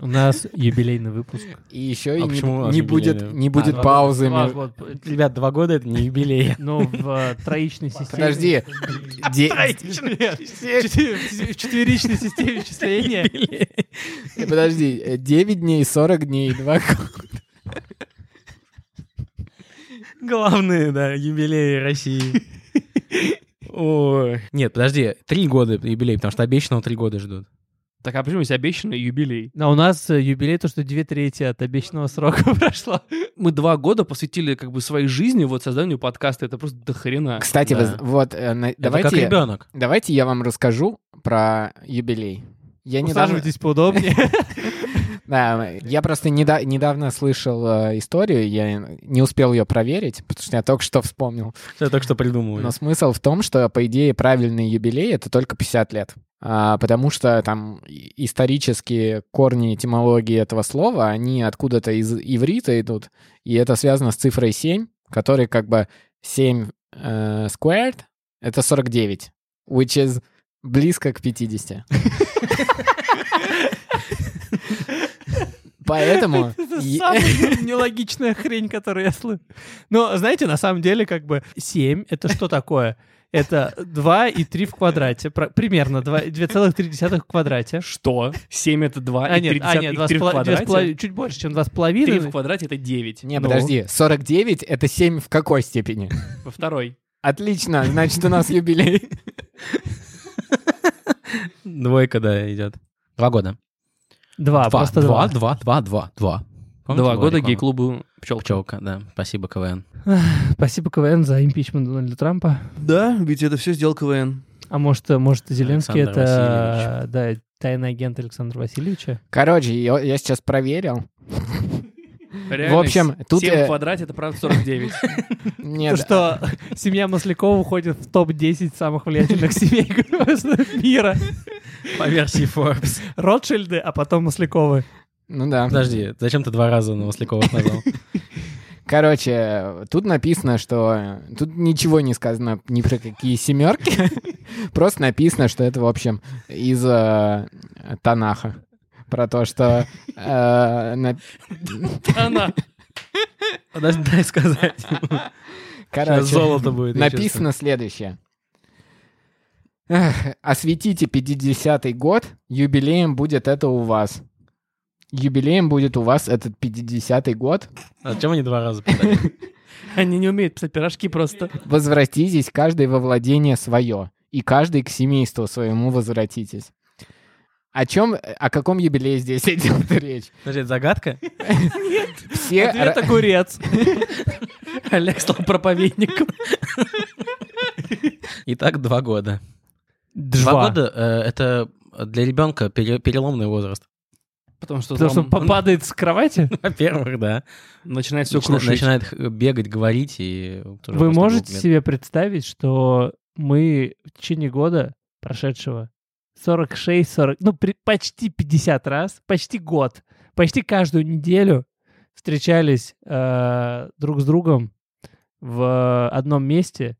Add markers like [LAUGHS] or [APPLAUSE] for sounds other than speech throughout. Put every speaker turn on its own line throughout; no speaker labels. У нас юбилейный выпуск.
И еще
А
и не,
почему у нас
не будет,
юбилейный?
не будет
А,
паузы.
два
между-
года.
Ребят, два года — это не юбилей.
Но в э, троичной системе... [LAUGHS]
Подожди. Де-
Нет, четы- В четверичной системе числения
Подожди, э, 9 дней, 40 дней, 2
[LAUGHS] Главные, да, юбилеи России. [LAUGHS] Ой. Нет, подожди, три года юбилей, потому что обещанного три года ждут.
Так а почему здесь обещанный юбилей?
А у нас э, юбилей, то, что две трети от обещанного срока [LAUGHS] прошло.
Мы два года посвятили как бы своей жизни вот созданию подкаста. Это просто дохрена.
Кстати,
Да.
воз- вот, э, на-
Это как
давайте,
ребенок.
давайте я вам расскажу про юбилей. Я недавно,
Усаживайтесь поудобнее.
да, я просто неда- недавно слышал э, историю, я не успел ее проверить, потому что я только что вспомнил.
Я только что придумал.
Но смысл в том, что, по идее, правильный юбилей — это только 50 лет. А, потому что там и- исторические корни этимологии этого слова, они откуда-то из иврита идут, и это связано с цифрой 7, который как бы 7 э, squared — это 49, which is близко к 50. Поэтому...
[LAUGHS] Это
е- [LAUGHS]
самая нелогичная хрень, которую я слышу. Но, знаете, на самом деле, как бы 7 — это что такое? Это 2 и 3 в квадрате. Про- Примерно 2 2,3 в квадрате.
Что? 7 это 2,
А
и 3
нет, а нет, два с
в
пола- две с
квадрате.
половиной- чуть больше, чем
3 в
2,5.
квадрате это 9.
Не, подожди, 49 — это 7 в какой степени?
Во Ну, второй.
Отлично, значит, у нас юбилей.
Двойка, да, идет. Два года.
2,
два,
просто
два,
2.
два, два, два, два. Помните,
Два
была
года
реклама?
гей-клубу пчелка.
Пчелка, да. Спасибо, КВН.
Спасибо КВН за импичмент Дональда Трампа.
Да, ведь это все сделал КВН.
А может, э, может Зеленский
Александр
это э, да, тайный агент Александра Васильевича?
[LAUGHS] Короче, я, я сейчас проверил. В общем, тут,
7
э,
в квадрате это правда [LAUGHS] 49.
То,
Нет,
что семья Маслякова уходит в топ-10 самых влиятельных семей мира.
По версии Forbes.
Ротшильды, а потом Масляковы.
ну да.
[LAUGHS] Подожди, зачем ты два раза Новослякова назвал?
Короче, тут написано, что тут ничего не сказано ни про какие семерки. [LAUGHS] Просто написано, что это, в общем, из э, Танаха. Про то, что... э, на-
Она.
[LAUGHS] Подожди, дай сказать. Сейчас
Короче,
золото будет. я
написано следующее. Эх, Осветите 50-й год, юбилеем будет это у вас. Юбилеем будет у вас этот 50-й год,
чувствую. А зачем они два раза [LAUGHS] писали?
Они не умеют писать пирожки просто.
Возвратитесь каждый во владение свое, и каждый к семейству своему возвратитесь. О чем, о каком юбилее здесь [LAUGHS] идет речь?
Подожди, это загадка?
Все,
Это
ра-
курец.
Олег стал проповедником. Итак, два года. Два года э, это для ребенка пере- переломный возраст. [LAUGHS]
Потому что
Потому что
там
он попадает с кровати.
Во-первых, да.
начинает все
Начина-
крушить.
Начинает х- бегать, говорить и... тоже
Вы
после
можете
двух лет.
себе представить, что мы в течение года прошедшего 46, 40, ну при- почти 50 раз, почти год, почти каждую неделю встречались э, друг с другом в одном месте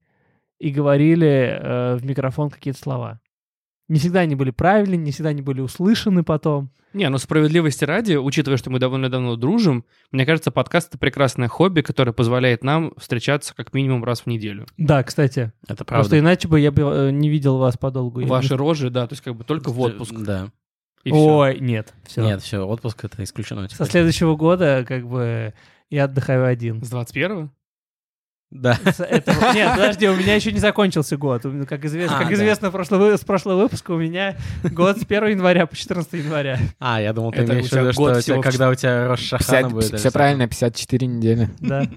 и говорили э, в микрофон какие-то слова. Не всегда они были правильны, не всегда они были услышаны потом.
Не, ну справедливости ради, учитывая, что мы довольно давно дружим, мне кажется, подкаст — это прекрасное хобби, которое позволяет нам встречаться как минимум раз в неделю.
Да, кстати. Просто
Это правда.
иначе бы я бы э, не видел вас подолгу. Я
Ваши
не-
рожи, да, то есть как бы только в отпуск.
Да.
И всё.
Ой, нет. Все.
Нет, все, отпуск это исключено. Типа.
Со
теперь.
следующего года, как бы, я отдыхаю один.
С 21-го?
[LAUGHS] Да.
С
[LAUGHS]
этого- Нет, подожди, у меня еще не закончился год. У меня, Как, извест-
А,
как
да.
известно, прошлый вы- с прошлого выпуска у меня год с 1 января по 14 января.
А, я думал, ты
Это
имеешь
у
в
тебя
виду,
год
что у тебя-
всего в
когда у тебя Рош
50
Шахана будет. или
все
что-то.
правильно, 54 недели.
Да.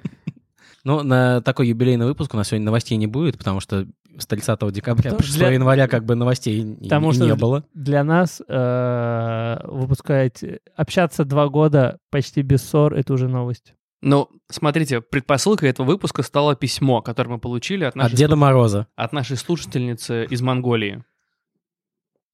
Ну, на такой юбилейный выпуск у нас сегодня новостей не будет, потому что с 30 декабря
Потому
прошлого
что для-
января как бы новостей и-
Потому
и
что
не было.
Для нас э, выпускать, общаться два года почти без ссор, это уже новость.
Ну, смотрите, предпосылкой этого выпуска стало письмо, которое мы получили от
От
нашей,
Деда Мороза.
от нашей слушательницы из Монголии.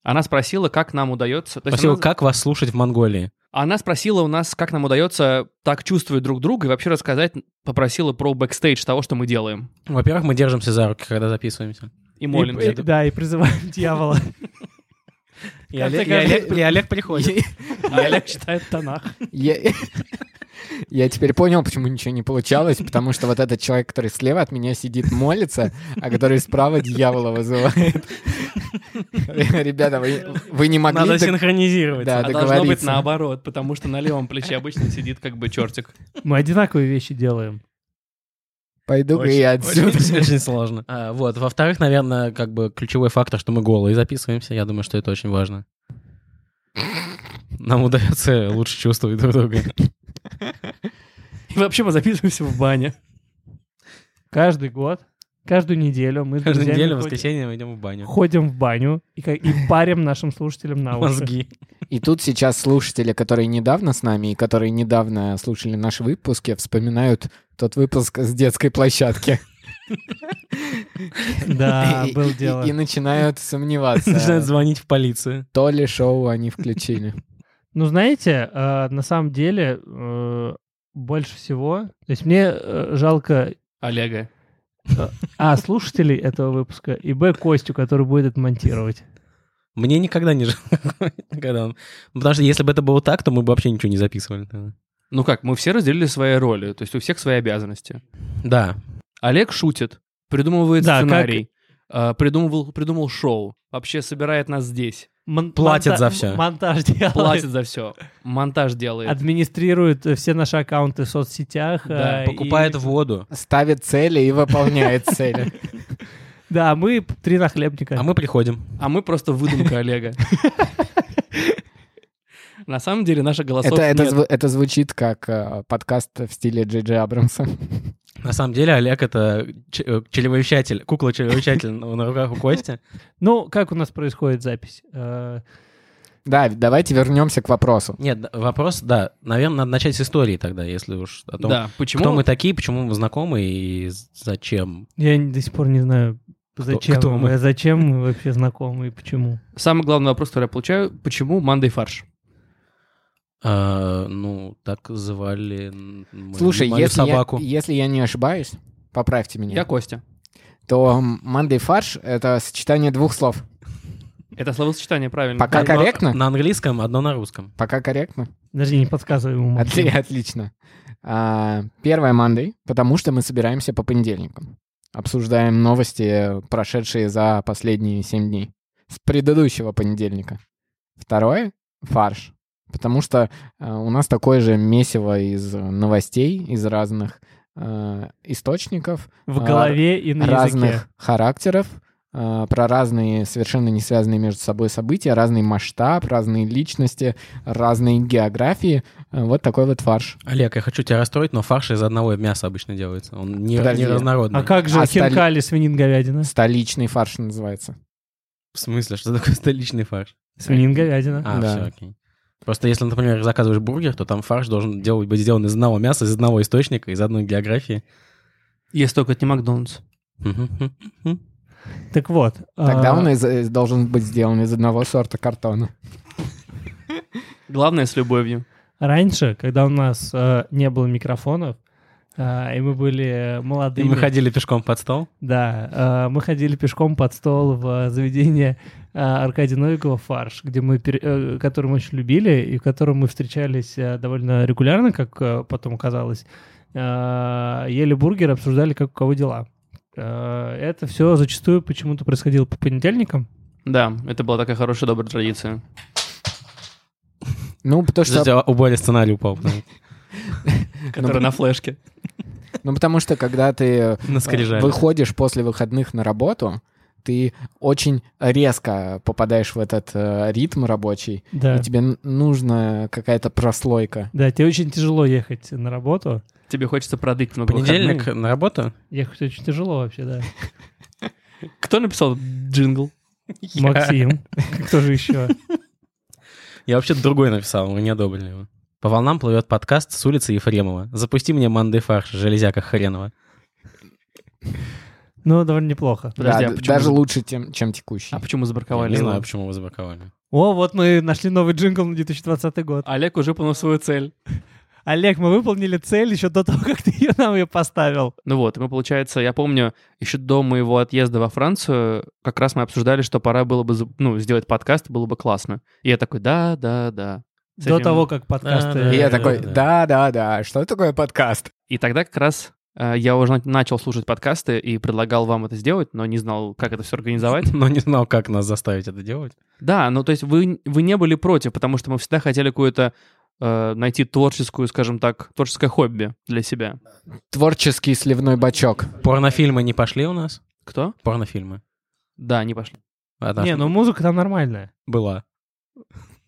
Она спросила, как нам удается... то есть
Спросил,
она-
как вас слушать в Монголии?
Она спросила у нас, как нам удается так чувствовать друг друга и вообще рассказать, попросила про бэкстейдж того, что мы делаем.
Во-первых, мы держимся за руки, когда записываемся.
И
И- [LAUGHS]
молимся.
и- Да, и призываем дьявола.
И
конце
Олег- и Олег
концов-
и Олег приходит.
А Олег читает Танах.
[LAUGHS] Я, я теперь понял, почему ничего не получалось, потому что вот этот человек, который слева от меня сидит, молится, а который справа дьявола вызывает.
[LAUGHS]
Ребята, вы, вы не могли...
Надо
док-
синхронизировать.
Да,
А должно быть
договориться.
наоборот, потому что на левом плече обычно сидит как бы чертик.
Мы одинаковые вещи делаем.
Пойду-ка
Очень-
я отсюда.
Очень, очень сложно. А, вот. Во-вторых, наверное, как бы ключевой фактор, что мы голые записываемся. Я думаю, что это очень важно. Нам удается лучше чувствовать друг друга.
[LAUGHS] И вообще мы записываемся в бане.
Каждый год, каждую неделю мы с
Каждую
друзьями
неделю в
ходим-
воскресенье мы идем в баню.
ходим в баню и, ка- и парим нашим слушателям на уши.
Мозги.
И тут сейчас слушатели, которые недавно с нами и которые недавно слушали наши выпуски, вспоминают тот выпуск с детской площадки.
Да,
[LAUGHS] И-
был
и-
дело.
И начинают
[LAUGHS] Начинают
сомневаться,
звонить в полицию.
то ли шоу они включили.
Ну, знаете, э, на самом деле э, больше всего... То есть мне э, жалко
Олега.
А, слушателей этого выпуска, и Б, Костю, который будет это монтировать.
Мне никогда не [LAUGHS] жалко. Когда он- Потому что если бы это было так, то мы бы вообще ничего не записывали. наверное.
Ну как, мы все разделили свои роли, то есть у всех свои обязанности.
Да.
Олег шутит, придумывает
Да, как-
сценарий, э, придумывал, придумал шоу, вообще собирает нас [LAUGHS] здесь,
Мон-
Платит
монта-
за всё.
Монтаж делает.
платит за все, монтаж делает.
Администрирует э, все наши аккаунты в соцсетях.
Да,
э, и-
Покупает воду.
Ставит цели и выполняет цели.
Да, мы п- три нахлебника.
А мы приходим.
А мы просто выдумка [LAUGHS] Олега. На самом деле наши голосов
Это, это,
нет.
зв- это звучит как э, подкаст в стиле Джей Джей Абрамса. [LAUGHS]
На самом деле Олег — это ч- э, чревовещатель, кукла-чревовещатель [LAUGHS] на руках у Кости.
Ну, как у нас происходит запись? Э,
Да, давайте вернемся к вопросу.
Нет, да, вопрос, да, наверное, надо начать с истории тогда, если уж о том,
Да, почему?
кто мы такие, почему мы знакомы и з- зачем.
Я н- до сих пор не знаю, зачем
кто
мы,
мы?
зачем мы вообще знакомы и почему.
Самый главный вопрос, который я получаю, почему мандай фарш?
А, ну, так звали м, мою-
Слушай,
мою
если,
собаку.
Я, если я не ошибаюсь, поправьте меня,
Я Костя.
то м, мандай фарш — это сочетание двух слов.
Это словосочетание, правильно?
Пока
Одно
корректно?
На английском, одно на русском.
Пока корректно?
Даже не подсказывай ему. Максим.
Отли- отлично. А, первое мандай, потому что мы собираемся по понедельникам. Обсуждаем новости, прошедшие за последние семь дней. С предыдущего понедельника. Второе — фарш. Потому что э, у нас такое же месиво из новостей, из разных э, источников,
В голове и на
разных
языке.
характеров, э, про разные совершенно не связанные между собой события, разный масштаб, разные личности, разные географии. Э, Вот такой вот фарш.
Олег, я хочу тебя расстроить, но фарш из одного мяса обычно делается. Он не,
Подожди.
не разнородный.
А как же
Остали-
хинкали, свинин, говядина?
Столичный фарш называется.
В смысле, что такое столичный фарш?
Свинин, говядина.
А,
Да.
все, окей. Просто если, например, заказываешь бургер, то там фарш должен делать, быть сделан из одного мяса, из одного источника, из одной географии.
Если только это не Макдональдс.
Мгм.
Так вот.
Тогда
а,
он из- из- должен быть сделан из одного сорта картона.
Главное, с любовью.
Раньше, когда у нас э, не было микрофонов, э, и мы были
И
молодыми,
мы ходили пешком под стол.
да, э, мы ходили пешком под стол в э, заведение э, Аркадия Новикова «Фарш», где мы, пере- э, который мы очень любили и в котором мы встречались э, довольно регулярно, как э, потом оказалось, Э, ели бургер, обсуждали, как у кого дела. Э, это все зачастую почему-то происходило по понедельникам.
Да, это была такая хорошая, добрая традиция.
Ну, потому что,
Подожди, а У Боли сценарий упал. потому-
Которая на флешке.
ну, потому что когда ты
На
э,
скрижали.
выходишь после выходных на работу, ты очень резко попадаешь в этот э, ритм рабочий,
Да.
и тебе н- нужна какая-то прослойка.
Да, тебе очень тяжело ехать на работу.
Тебе хочется продыть много
Понедельник
выходных.
на работу?
Ехать очень тяжело вообще, да.
Кто написал джингл?
Максим, кто же еще?
Я вообще другой написал, мы не одобрили его. По волнам плывет подкаст с улицы Ефремова. Запусти мне манды фарш, железяка хренова.
Ну, довольно неплохо.
Подожди,
Да,
а
д-
почему-
даже лучше, тем- чем текущий.
А почему
Я
забраковали
не
его?
знаю, почему вы забраковали. [LAUGHS]
О, вот мы нашли новый джингл на 2020 год.
Олег уже понял свою цель.
Олег, мы выполнили цель еще до того, как ты ее нам ее поставил.
Ну вот, мы, получается, я помню, еще до моего отъезда во Францию, как раз мы обсуждали, что пора было бы, за- ну, сделать подкаст, было бы классно. И я такой, да, да, да. С
До
этим-
того, как э,
Да,
подкасты...
И я
да,
такой, да-да-да, что такое подкаст?
И тогда как раз э, я уже на- начал слушать подкасты и предлагал вам это сделать, но не знал, как это все организовать.
Но не знал, как нас заставить это делать.
Да, ну то есть вы, вы не были против, потому что мы всегда хотели какое-то э, найти творческую, скажем так, творческое хобби для себя.
Творческий сливной бачок.
Порнофильмы не пошли у нас?
Кто?
Порнофильмы.
Да, не пошли.
Одна
Не, ну музыка там нормальная.
была.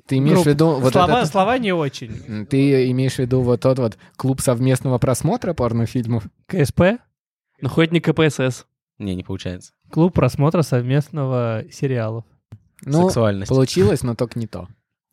Ты имеешь в
Группа.
виду... вот
слова,
этот-
слова не очень.
М, Ты имеешь в виду вот тот вот клуб совместного просмотра порнофильмов?
КСП
Ну хоть не КПСС.
Не, не получается.
— клуб просмотра совместного сериалов.
Ну,
Сексуальность.
получилось, но только не то.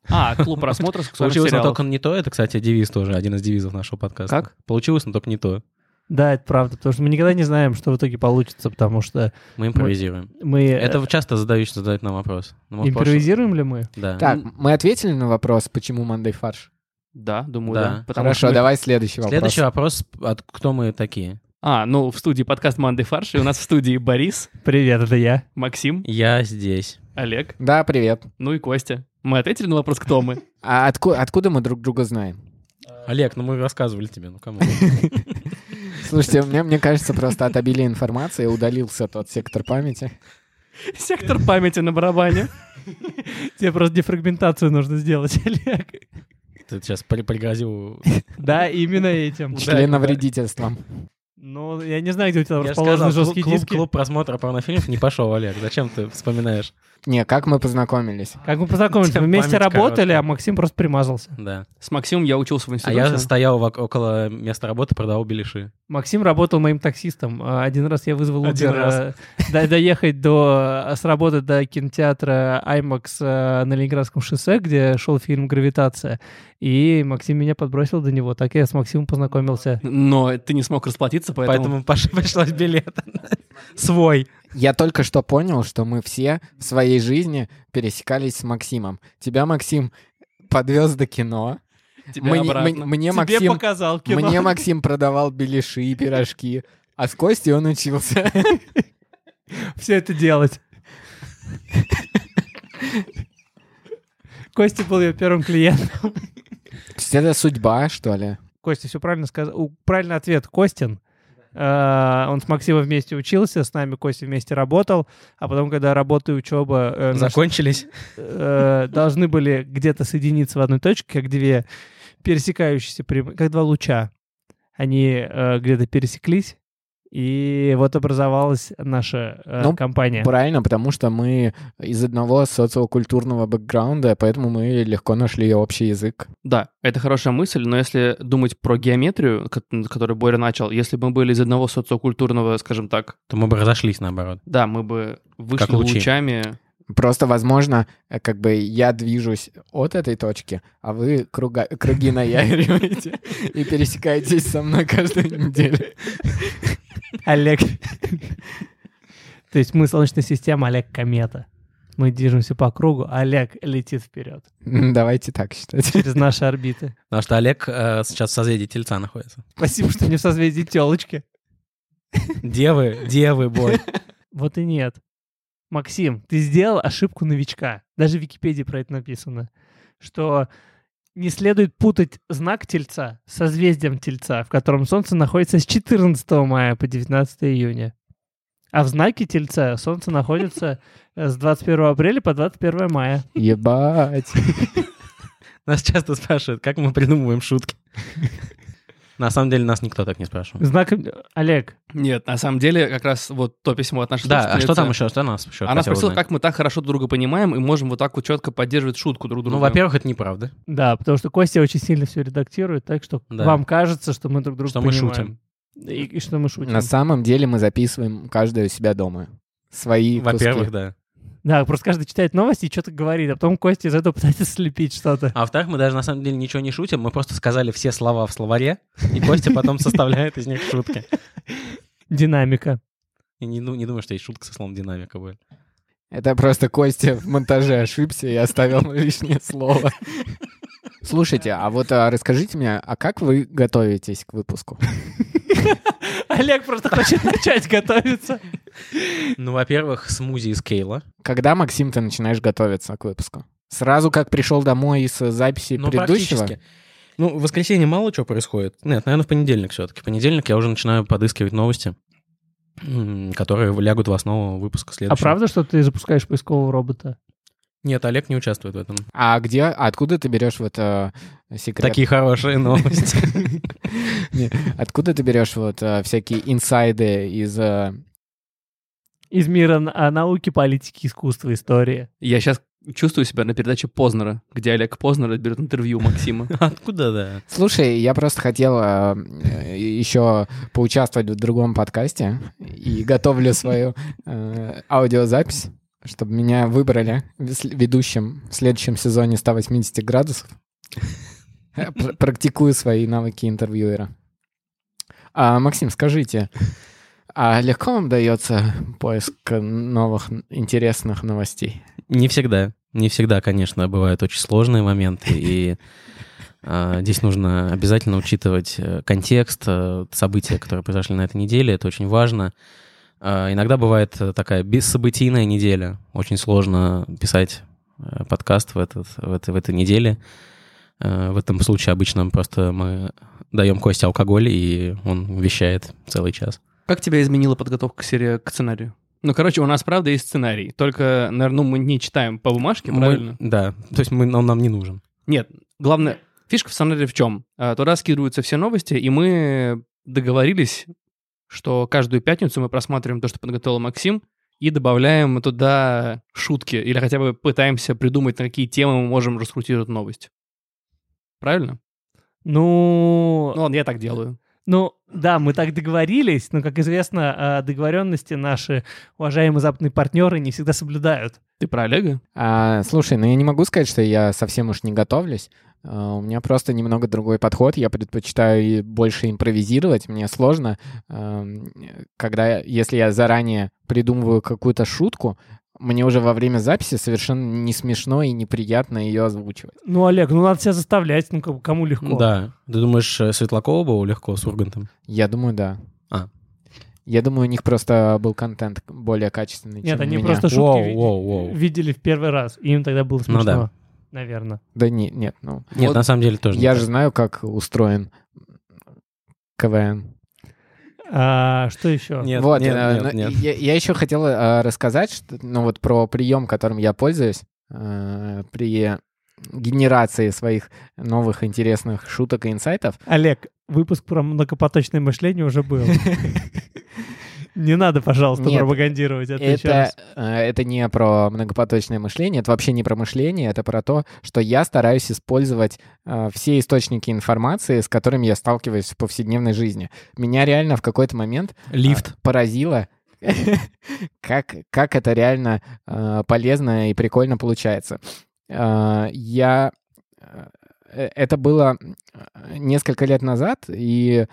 А, клуб просмотра сексуальных
Получилось, но
сериалов.
только не то. Это, кстати, девиз тоже, один из девизов нашего подкаста.
Как?
Получилось, но только не то.
Да, это правда, потому что мы никогда не знаем, что в итоге получится, потому что
Мы импровизируем.
мы...
Это
э,
вы часто задают, задают нам вопрос. Ну, может,
Импровизируем ли мы?
прошлый- Да.
Так, мы ответили на вопрос, почему Мандай фарш?
Да, думаю,
Да.
да. Потому
Хорошо,
что мы-
давай следующий вопрос.
Следующий вопрос, от кто мы такие?
А, ну в студии подкаст Манды Фарш, и у нас в студии Борис,
Привет, это я.
Максим,
Я здесь.
Олег,
Да, привет.
ну и Костя. Мы ответили на вопрос,
[LAUGHS]
кто мы?
А отку- откуда мы друг друга знаем?
Олег, ну мы рассказывали тебе, ну кому?
Слушайте, мне, мне кажется, просто от обилия информации удалился тот сектор памяти.
Сектор памяти на барабане.
Тебе просто дефрагментацию нужно сделать, [LAUGHS] Олег.
Ты сейчас при- пригрозил.
Да, именно этим.
Членовредительством.
Ну, я не знаю, где у тебя
Я же
расположены
сказал, клуб,
жесткие
клуб-
диски.
клуб просмотра порнофильмов не пошел, Олег. Зачем ты вспоминаешь?
Не, как мы познакомились?
Как мы познакомились?
Тебя
Мы вместе
память
работали,
короткая.
а Максим просто примазался.
Да.
С Максимом я учился в
А
институте.
я стоял вок- около места работы, продавал беляши.
Максим работал моим таксистом. А, Один раз я вызвал
Один
Uber,
раз.
э, до- доехать до, э, с работы до кинотеатра IMAX э, на Ленинградском шоссе, где шел фильм «Гравитация». И Максим меня подбросил до него. Так я с Максимом познакомился.
Но ты не смог расплатиться,
Поэтому
поэтому...
пош- пришлось билет. [LAUGHS] Свой.
Я только что понял, что мы все в своей жизни пересекались с Максимом. Тебя, Максим, подвез до кино.
тебя
Мне-
обратно.
мне- мне
Тебе
Максим,
показал кино.
мне Максим продавал беляши и пирожки, а с Костей он учился.
все это делать. Костя был ее первым клиентом.
То есть это судьба, что ли?
Костя все правильно сказал. У- Правильный ответ Костин. Э, Он с Максимом вместе учился, с нами Костя вместе работал, а потом, когда работа и учеба э, наши,
Закончились.
э, должны были где-то соединиться в одной точке, как две пересекающиеся прям- как два луча. Они э, где-то пересеклись, и вот образовалась наша э,
Ну,
компания.
Правильно, потому что мы из одного социокультурного бэкграунда, поэтому мы легко нашли общий язык.
Да, это хорошая мысль, но если думать про геометрию, ко- над которой Боря начал, если бы мы были из одного социокультурного, скажем так,
То мы бы разошлись наоборот.
да, мы бы вышли
Как лучи.
лучами.
Просто, возможно, э, как бы я движусь от этой точки, а вы круга- круги наяриваете и пересекаетесь со мной каждую неделю. [LAUGHS]
Олег. То есть мы Солнечная система, Олег комета. Мы движемся по кругу, а Олег летит вперед
М, Давайте так считать.
через наши орбиты.
Потому что Олег э, сейчас в созвездии Тельца находится.
Спасибо, что не в созвездии телочки.
Девы, девы, бой.
Вот и нет. Максим, ты сделал ошибку новичка. Даже в Википедии про это написано. Что не следует путать знак Тельца с созвездием Тельца, в котором Солнце находится с 14 мая по 19 июня. А в знаке Тельца Солнце находится э, с 21 апреля по 21 мая.
Ебать.
Нас часто спрашивают, как мы придумываем шутки. [LAUGHS] На самом деле нас никто так не спрашивал.
Знак... Олег,
Нет, на самом деле, как раз вот то письмо от нашей
Да, а что
слушательницы,
там еще? Что нас еще
Она
хотела
спросила,
узнать?
как мы так хорошо друг друга понимаем и можем вот так вот четко поддерживать шутку друг друга.
Ну, во-первых, это неправда.
да, потому что Костя очень сильно все редактирует, так что
Да.
вам кажется, что мы друг друга
Что мы
понимаем. И, и что мы шутим.
На самом деле мы записываем каждый у себя дома. Свои
Во-первых,
куски.
да.
Да, просто каждый читает новости и что-то говорит, а потом Костя из этого [LAUGHS] пытается слепить что-то.
А во-вторых, мы даже на самом деле ничего не шутим, мы просто сказали все слова в словаре, и Костя потом составляет из них шутки.
Динамика.
И не, ду- не думаю, что есть шутка со словом динамика будет.
[LAUGHS] Это просто Костя в монтаже ошибся и оставил лишнее слово. Слушайте, а вот а, расскажите мне, а как вы готовитесь к выпуску?
[LAUGHS] Олег просто хочет [LAUGHS] начать готовиться.
Ну, во-первых, смузи из кейла.
Когда, Максим, ты начинаешь готовиться к выпуску? Сразу как пришел домой из э, записи
Ну,
предыдущего?
практически. Ну, в воскресенье мало чего происходит. Нет, наверное, в понедельник все-таки. В понедельник я уже начинаю подыскивать новости, м, которые лягут в основу выпуска
А
следующего.
правда, что ты запускаешь поискового робота?
Нет, Олег не участвует в этом.
А где, а откуда ты берешь вот э, секрет?
Такие хорошие новости.
[LAUGHS] Не, Откуда ты берешь вот э, всякие инсайды из... э,
Из мира н- а, науки, политики, искусства, истории.
Я сейчас чувствую себя на передаче Познера, где Олег Познер берет интервью
[LAUGHS]
у Максима.
Откуда, да?
Слушай, я просто хотел э, э, еще поучаствовать в другом подкасте и готовлю свою э, аудиозапись, чтобы меня выбрали вес- ведущим в следующем сезоне 180 градусов. Э, пр- Практикую свои навыки интервьюера. А, Максим, скажите, а легко вам дается поиск новых интересных новостей?
Не всегда. Не всегда, конечно, бывают очень сложные моменты, и а, здесь нужно обязательно учитывать э, контекст, э, события, которые произошли на этой неделе, это очень важно. А, Иногда бывает э, такая бессобытийная неделя, очень сложно писать э, подкаст в, этот, в, этой- в этой неделе. Э, В этом случае обычно просто мы даем Косте алкоголь, и он вещает целый час.
Как тебя изменила подготовка к серии к сценарию? Ну, короче, у нас, правда, есть сценарий. Только, наверное, мы не читаем по бумажке,
Мы-
правильно?
да, то есть мы, он нам не нужен.
Нет, главное, фишка в сценарии в чем? А, Туда скидываются все новости, и мы договорились, что каждую пятницу мы просматриваем то, что подготовил Максим, и добавляем туда шутки, или хотя бы пытаемся придумать, на какие темы мы можем раскрутить эту новость. Правильно?
Ну...
Ну ладно, я так делаю.
Ну, да, мы так договорились, но, как известно, а, договоренности наши уважаемые западные партнеры не всегда соблюдают.
Ты про Олега?
А, слушай, ну я не могу сказать, что я совсем уж не готовлюсь. А, У меня просто немного другой подход. Я предпочитаю и больше импровизировать. Мне сложно, эм, когда если я заранее придумываю какую-то шутку, мне уже во время записи совершенно не смешно и неприятно ее озвучивать.
Ну, Олег, ну надо себя заставлять, ну как бы, кому легко.
Да. Ты думаешь, э, Светлакова было легко с Ургантом?
Я думаю, да.
А.
Я думаю, у них просто был контент более качественный,
Нет,
чем у
они
меня.
просто шутки
Воу,
ви-
воу, воу.
видели в первый раз, и им тогда было смешно.
Ну да.
Наверное.
Да не, нет, ну...
Нет,
Вот
на самом деле тоже. не
Я
так.
же знаю, как устроен КВН.
А, что еще?
Нет,
вот,
нет,
э,
нет,
но
нет.
Я, еще хотел э, рассказать, что, ну вот про прием, которым я пользуюсь э, при генерации своих новых интересных шуток и инсайтов.
Олег, выпуск про многопоточное мышление уже был.
[LAUGHS]
[LAUGHS]
Не надо, пожалуйста,
Нет.
пропагандировать это, еще
Это,
раз.
э, это не про многопоточное мышление, это вообще не про мышление, это про то, что я стараюсь использовать э, все источники информации, с которыми я сталкиваюсь в повседневной жизни. Меня реально в какой-то момент
Лифт.
а, поразило, как, как это реально э, полезно и прикольно получается. Э, я... э, Это было э, несколько лет назад, и...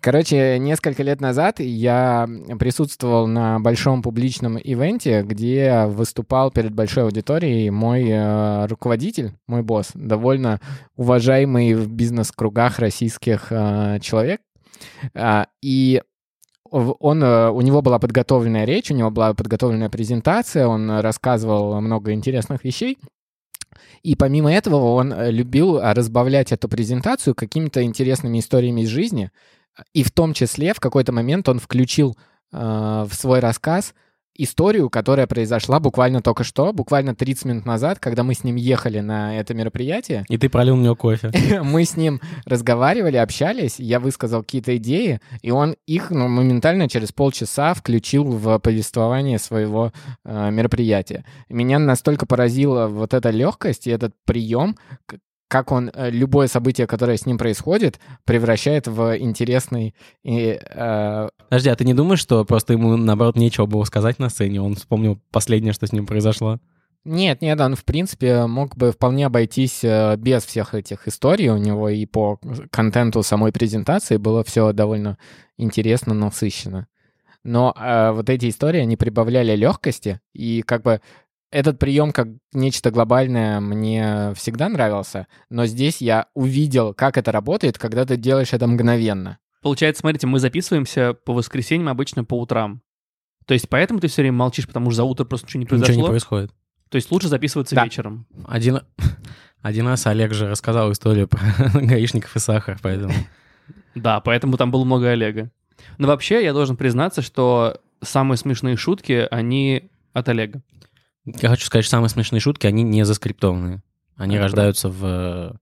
Короче, несколько лет назад я присутствовал на большом публичном ивенте, где выступал перед большой аудиторией мой э, руководитель, мой босс, довольно уважаемый в бизнес-кругах российских э, человек. А, и в- он, э, у него была подготовленная речь, у него была подготовленная презентация, он э, рассказывал много интересных вещей. И помимо этого он э, любил э, разбавлять эту презентацию какими-то интересными историями из жизни. И в том числе в какой-то момент он включил э, в свой рассказ историю, которая произошла буквально только что, буквально 30 минут назад, когда мы с ним ехали на это мероприятие
И ты пролил мне кофе.
[LAUGHS] мы с ним разговаривали, общались, я высказал какие-то идеи, и он их ну, моментально через полчаса включил в повествование своего э, мероприятия. Меня настолько поразила вот эта легкость и этот прием, к- как он э, любое событие, которое с ним происходит, превращает в интересный и, э,
[LAUGHS] Подожди, а ты не думаешь, что просто ему, наоборот, нечего было сказать на сцене? Он вспомнил последнее, что с ним произошло.
Нет, нет, он, в принципе, мог бы вполне обойтись э, без всех этих историй. У него и по контенту самой презентации было все довольно интересно, насыщенно. Но э, вот эти истории, они прибавляли легкости, и как бы этот прием как нечто глобальное мне всегда нравился, но здесь я увидел, как это работает, когда ты делаешь это мгновенно.
Получается, смотрите, мы записываемся по воскресеньям обычно по утрам. То есть поэтому ты все время молчишь, потому что за утро просто ничего не произошло.
Ничего не происходит.
То есть лучше записываться
Да.
вечером.
Один, [LAUGHS] один раз Олег же рассказал историю про [LAUGHS] гаишников и сахар, поэтому...
Да, поэтому там было много Олега. Но вообще, я должен признаться, что самые смешные шутки, они от Олега.
Я хочу сказать, что самые смешные шутки, они не заскриптованные. Они
Это
рождаются в э,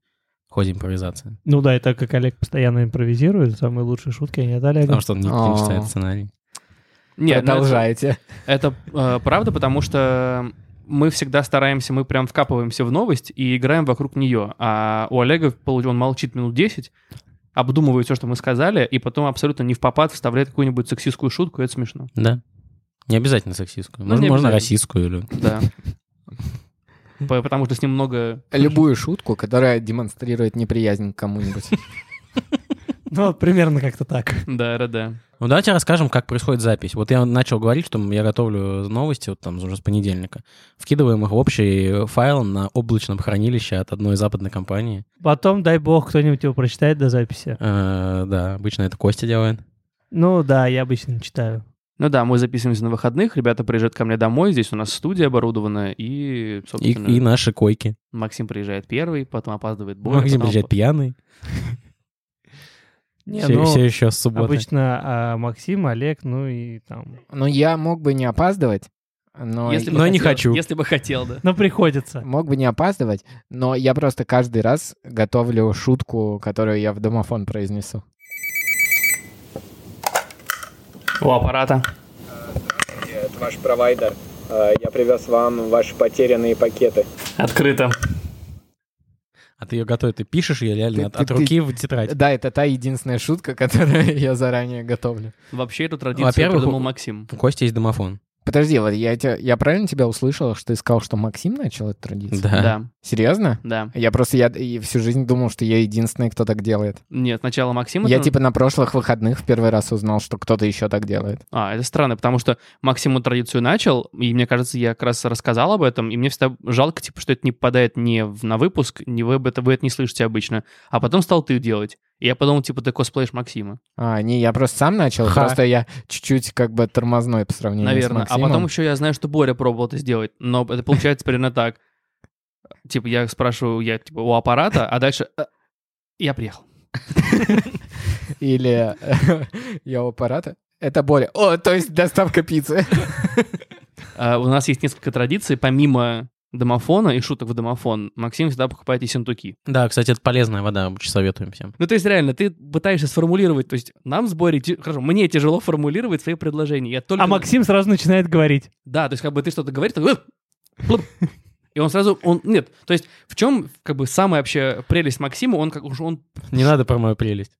ходе импровизации.
Ну да, и так как Олег постоянно импровизирует, самые лучие шутки они от Олега.
Потому что он не, не
А.
читает сценарий.
Нет, ну это-
Продолжайте.
Это э, правда, потому что мы всегда стараемся, мы прям вкапываемся в новость и играем вокруг нее. А у Олега полу- он молчит минут 10, обдумывает все, что мы сказали, и потом абсолютно не в попад вставляет какую-нибудь сексистскую шутку, и это смешно.
Да. Не обязательно сексистскую.
Ну,
можно,
не
можно
обязательно.
российскую или...
Да. По- Потому что с ним много...
[LAUGHS] Любую шутку, которая демонстрирует неприязнь к кому-нибудь.
Ну, вот примерно как-то так.
Да, да, да.
Ну, давайте расскажем, как происходит запись. Вот я начал говорить, что я готовлю новости вот там уже с понедельника. Вкидываем их в общий файл на облачном хранилище от одной западной компании.
Потом, дай бог, кто-нибудь его прочитает до записи.
Э, да, обычно это Костя делает.
Ну да, я обычно не читаю.
Ну да, мы записываемся на выходных, ребята приезжают ко мне домой, здесь у нас студия оборудована, и,
И,
собственно,
и наши койки.
Максим приезжает первый, потом опаздывает Боря.
Максим
потом-
приезжает пьяный.
Не,
все,
ну,
все еще с субботы.
обычно а, Максим, Олег, ну и там...
Ну, я мог бы не опаздывать, но...
Если бы
Но я не
хотел-
хочу.
Если бы хотел, да.
Ну, приходится.
Мог бы не опаздывать, но я просто каждый раз готовлю шутку, которую я в домофон произнесу.
У аппарата.
Это ваш провайдер. Э, Я привез вам ваши потерянные пакеты.
Открыто.
А ты ее готовишь, ты пишешь ее реально
Ты-
от,
ты-
от
ты-
руки в тетрадь.
Да, это та единственная шутка, [LAUGHS] которую я заранее готовлю.
Вообще эту традицию
Во-первых,
придумал
у-
Максим.
У Кости есть домофон.
Подожди, вот я, тебя- я правильно тебя услышал, что ты сказал, что Максим начал эту традицию?
Да.
Да,
Серьезно?
да.
Я просто я и всю жизнь думал, что я единственный, кто так делает.
Нет, сначала Максим...
Я
это-
типа на прошлых выходных в первый раз узнал, что кто-то еще так делает.
А, это странно, потому что Максим эту традицию начал, и мне кажется, я как раз рассказал об этом, и мне всегда жалко, типа, что это не попадает не в- на выпуск, не вы, об это, вы это не слышите обычно. А потом стал ты делать. И я подумал, типа, ты косплеишь Максима.
А, не, я просто сам начал,
Ха.
просто я чуть-чуть как бы тормозной по сравнению
Наверное.
с
А
Максимом.
потом еще я знаю, что Боря пробовал это сделать, но это получается примерно так. Типа, я спрашиваю, я типа у аппарата, а дальше э, я приехал.
Или [LAUGHS] э, я у аппарата. Это Боря. О, то есть доставка пиццы.
А, У нас есть несколько традиций, помимо домофона и шуток в домофон, Максим всегда покупает и синтуки.
Да, кстати, это полезная вода, очень советуем всем.
Ну, то есть, реально, ты пытаешься сформулировать, то есть, нам с Борей, ти- хорошо, мне тяжело формулировать свои предложения. Я только...
А Максим сразу начинает говорить.
Да, то есть, как бы ты что-то говоришь, так, «Ух, плоп». и он сразу, он, нет, то есть, в чем, как бы, самая вообще прелесть Максима, он как уж, он,
Не надо про мою прелесть.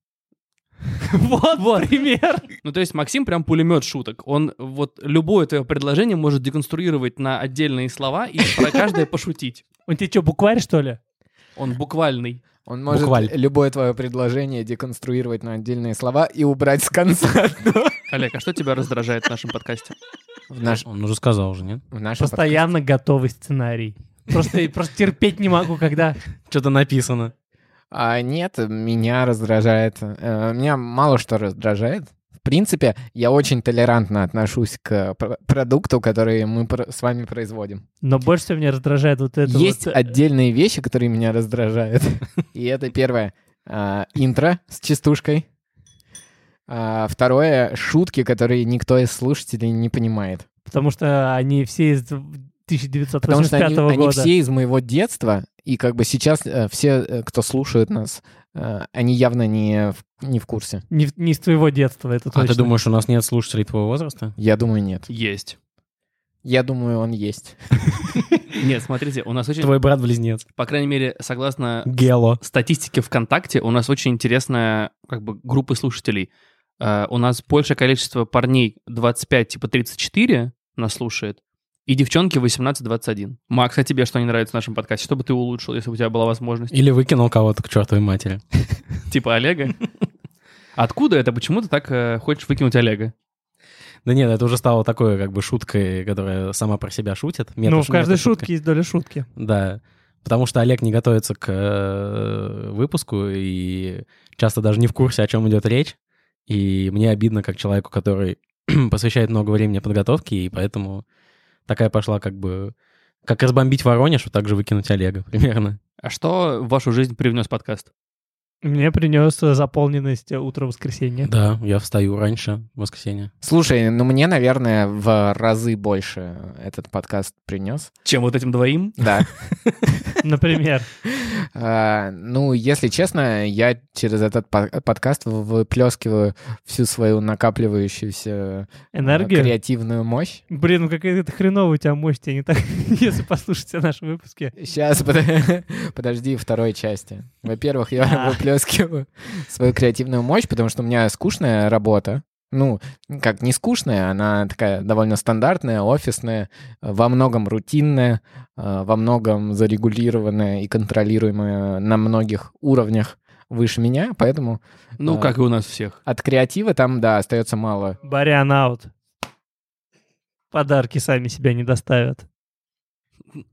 Вот пример.
ну, то есть, Максим прям пулемет шуток. Он вот любое твое предложение может деконструировать на отдельные слова и про каждое пошутить.
[LAUGHS] Он тебе что, букварь, что ли?
Он буквальный.
Он может
Буквально.
любое твое предложение деконструировать на отдельные слова и убрать с конца. [LAUGHS]
Олег, а что тебя раздражает в нашем подкасте?
В, наш,
Он уже сказал уже, нет?
в нашем
Постоянно готовый сценарий. Просто, просто терпеть не могу, когда...
Что-то написано.
А, нет, меня раздражает. э, меня мало что раздражает. В принципе, я очень толерантно отношусь к пр- продукту, который мы пр- с вами производим.
Но больше всего меня раздражает вот это
Есть
вот, э,
отдельные вещи, которые
[LAUGHS]
меня раздражают. И это первое а, интро с частушкой. А, второе шутки, которые никто из слушателей не понимает.
Потому что они все из
Потому что
1985
они, они
ну, года.
все из моего детства, и как бы сейчас э, все, э, кто слушает нас, э, они явно не в- не в курсе.
Не, в- не из твоего детства, это точно.
А ты думаешь, у нас нет слушателей твоего возраста?
Я думаю, нет.
Есть.
Я думаю, он есть.
Нет, смотрите, у нас очень,
Твой брат-близнец.
по крайней мере, согласно
Гело.
статистике ВКонтакте, у нас очень интересная как бы группа слушателей. Э, у нас большее количество парней 25, типа 34 нас слушает, и девчонки 18-21. Макс, а тебе что не нравится в нашем подкасте? Что бы ты улучшил, если бы у тебя была [LAUGHS] возможность?
Или выкинул кого-то к чертовой матери.
Типа Олега? Откуда это? Почему ты так э, хочешь выкинуть Олега?
Да нет, это уже стало такой как бы шуткой, которая сама про себя шутит. Мета-
ну, в каждой
мета-шутка.
шутке есть доля шутки.
Да, потому что Олег не готовится к э, выпуску и часто даже не в курсе, о чем идет речь. И мне обидно, как человеку, который [CLEARS THROAT] посвящает много времени подготовке, и поэтому такая пошла как бы... Как разбомбить Воронеж, вот так же выкинуть Олега примерно.
А что в вашу жизнь привнес подкаст?
Мне принес э, заполненность э, утро
[LAUGHS]
воскресенья.
Да, я встаю раньше в воскресенье.
Слушай, ну мне, наверное, в разы больше этот подкаст принес.
Чем вот этим двоим?
Да.
Например.
А, Ну, если честно, я через этот по- подкаст выплескиваю всю свою накапливающуюся э,
Энергия.
креативную мощь.
Блин, ну какая то хреновая у тебя мощь, тебе не так, [LAUGHS] если послушать все наши выпуски.
Сейчас, под- [LAUGHS] подожди, второй части. Во-первых, я
А.
выплескиваю свою креативную мощь, потому что у меня скучная работа. Ну, как не скучная, она такая довольно стандартная, офисная, э, во многом рутинная, э, во многом зарегулированная и контролируемая на многих уровнях выше меня, поэтому
Ну,
А.
как и у нас всех.
от креатива там, да, остается мало.
Барян аут. Подарки сами себя не доставят.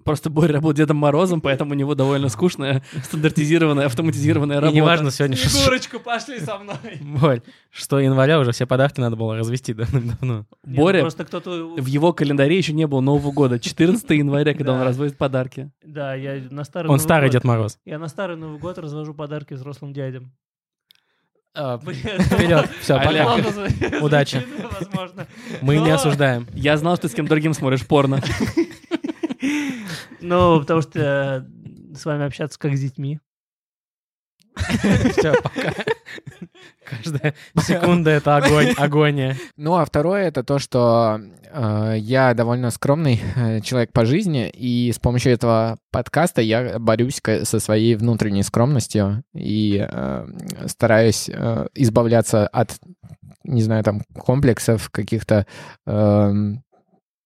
Просто Боря работает Дедом Морозом, поэтому у него довольно скучная, стандартизированная, автоматизированная работа.
И неважно сегодня, что,
Дурочку, пошли со
[LAUGHS]
мной.
Борь, что января уже все подарки надо было развести давно.
Боря,
Просто кто-то...
ну в его календаре еще не было Нового года. 14 [LAUGHS] января, когда он
Да.
развозит подарки.
Да, я на старый
Он
Новый
старый
год-
Дед Мороз.
Я на старый Новый год развожу подарки взрослым дядям. Блин,
А,
[LAUGHS]
Вперед, все,
Олег.
пока.
плохо звучит,
Удачи.
[LAUGHS] Возможно.
Мы не
Но-
осуждаем.
Я знал, что ты с кем другим смотришь [LAUGHS] порно.
Ну, потому что э, с вами общаться как с детьми.
Все, пока. Каждая [LAUGHS] секунда — это огонь, [LAUGHS] агония.
Ну, а второе это то, что э, я довольно скромный э, человек по жизни, и с помощью этого подкаста я борюсь ко- со своей внутренней скромностью и э, стараюсь э, избавляться от, не знаю, там, комплексов каких-то, эм,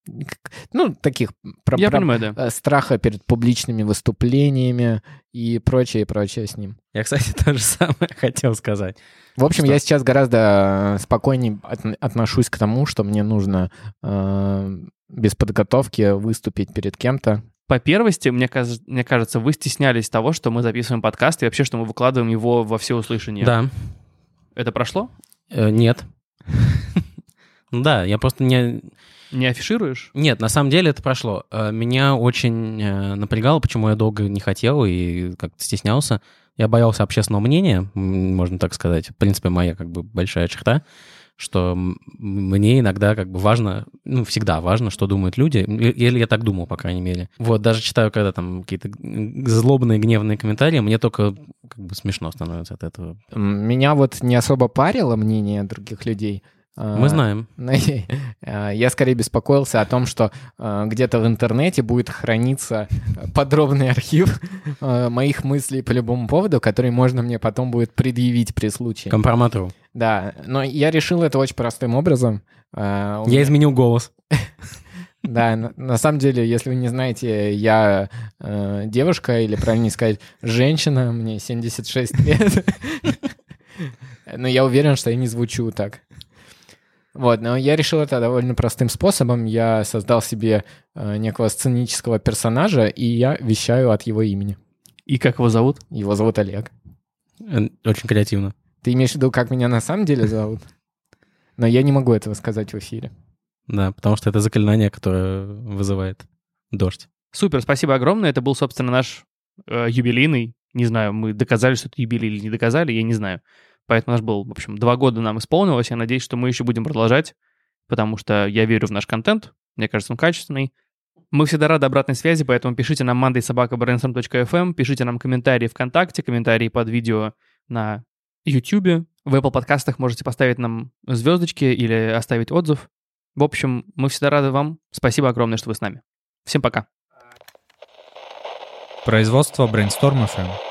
к- ну, таких про-
Я
про-
понимаю, да.
э, страха перед публичными выступлениями и прочее, прочее с ним.
Я, кстати, [LAUGHS] то же самое хотел сказать.
В общем,
Что?
я сейчас гораздо э, спокойнее отн- отношусь к тому, что мне нужно э, без подготовки выступить перед кем-то.
По первости, мне, каз- мне кажется, вы стеснялись того, что мы записываем подкаст и вообще, что мы выкладываем его во все услышания.
Да.
Это прошло?
Э, Нет. [LAUGHS] Ну Да, я просто не...
Не афишируешь?
Нет, на самом деле это прошло. Э, Меня очень э, напрягало, почему я долго не хотел и как-то стеснялся. Я боялся общественного мнения, м, можно так сказать. В принципе, моя как бы большая черта, что м- мне иногда как бы важно, ну, всегда важно, что думают люди. Или я так думал, по крайней мере. Вот, даже читаю, когда там какие-то г- злобные, гневные комментарии, мне только как бы смешно становится от этого.
М, Меня вот не особо парило мнение других людей. Э,
Мы знаем.
но я- [LAUGHS] э, Я скорее беспокоился о том, что э, где-то в интернете будет храниться э, подробный архив э, моих мыслей по любому поводу, который можно мне потом будет предъявить при случае.
Компроматру.
Да, но я решил это очень простым образом. Э, у
Я изменил голос.
Да, на, на самом деле, если вы не знаете, я э, девушка, или правильнее сказать, женщина, мне 76 лет. Но я уверен, что я не звучу так. Вот, но я решил это довольно простым способом. Я создал себе э, некого сценического персонажа, и я вещаю от его имени.
И как его зовут?
Его зовут Олег.
Э, Очень креативно.
Ты имеешь в виду, как меня на самом деле зовут? Но я не могу этого сказать в эфире.
Да, потому что это заклинание, которое вызывает дождь.
Супер, спасибо огромное. Это был, собственно, наш э, юбилейный. Не знаю, мы доказали, что это юбилей или не доказали, я не знаю. Поэтому наш был, в общем, два года нам исполнилось. Я надеюсь, что мы еще будем продолжать, потому что я верю в наш контент. Мне кажется, он качественный. Мы всегда рады обратной связи, поэтому пишите нам mandaysobakabrainstorm.fm, эм, пишите нам комментарии ВКонтакте, комментарии под видео на YouTube. В Apple подкастах можете поставить нам звездочки или оставить отзыв. В общем, мы всегда рады вам. Спасибо огромное, что вы с нами. Всем пока.
Производство Brainstorm FM.